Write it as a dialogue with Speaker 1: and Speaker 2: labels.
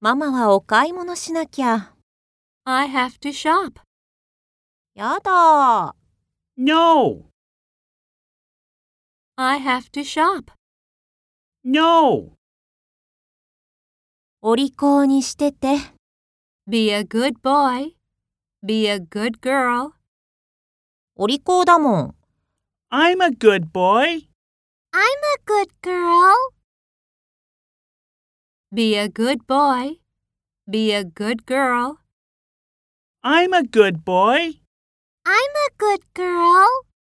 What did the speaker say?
Speaker 1: ママはお買い物しなきゃ。
Speaker 2: I have to shop.
Speaker 1: やだ。
Speaker 3: No,
Speaker 2: I have to shop.
Speaker 3: no,
Speaker 1: お利口にしてて。
Speaker 2: Be a good boy. Be a good girl.
Speaker 1: お利口だもん。
Speaker 3: I'm a good
Speaker 2: I'm
Speaker 3: boy.
Speaker 2: a good girl. Be a good boy. Be a good girl.
Speaker 3: I'm a good boy.
Speaker 2: I'm a good girl.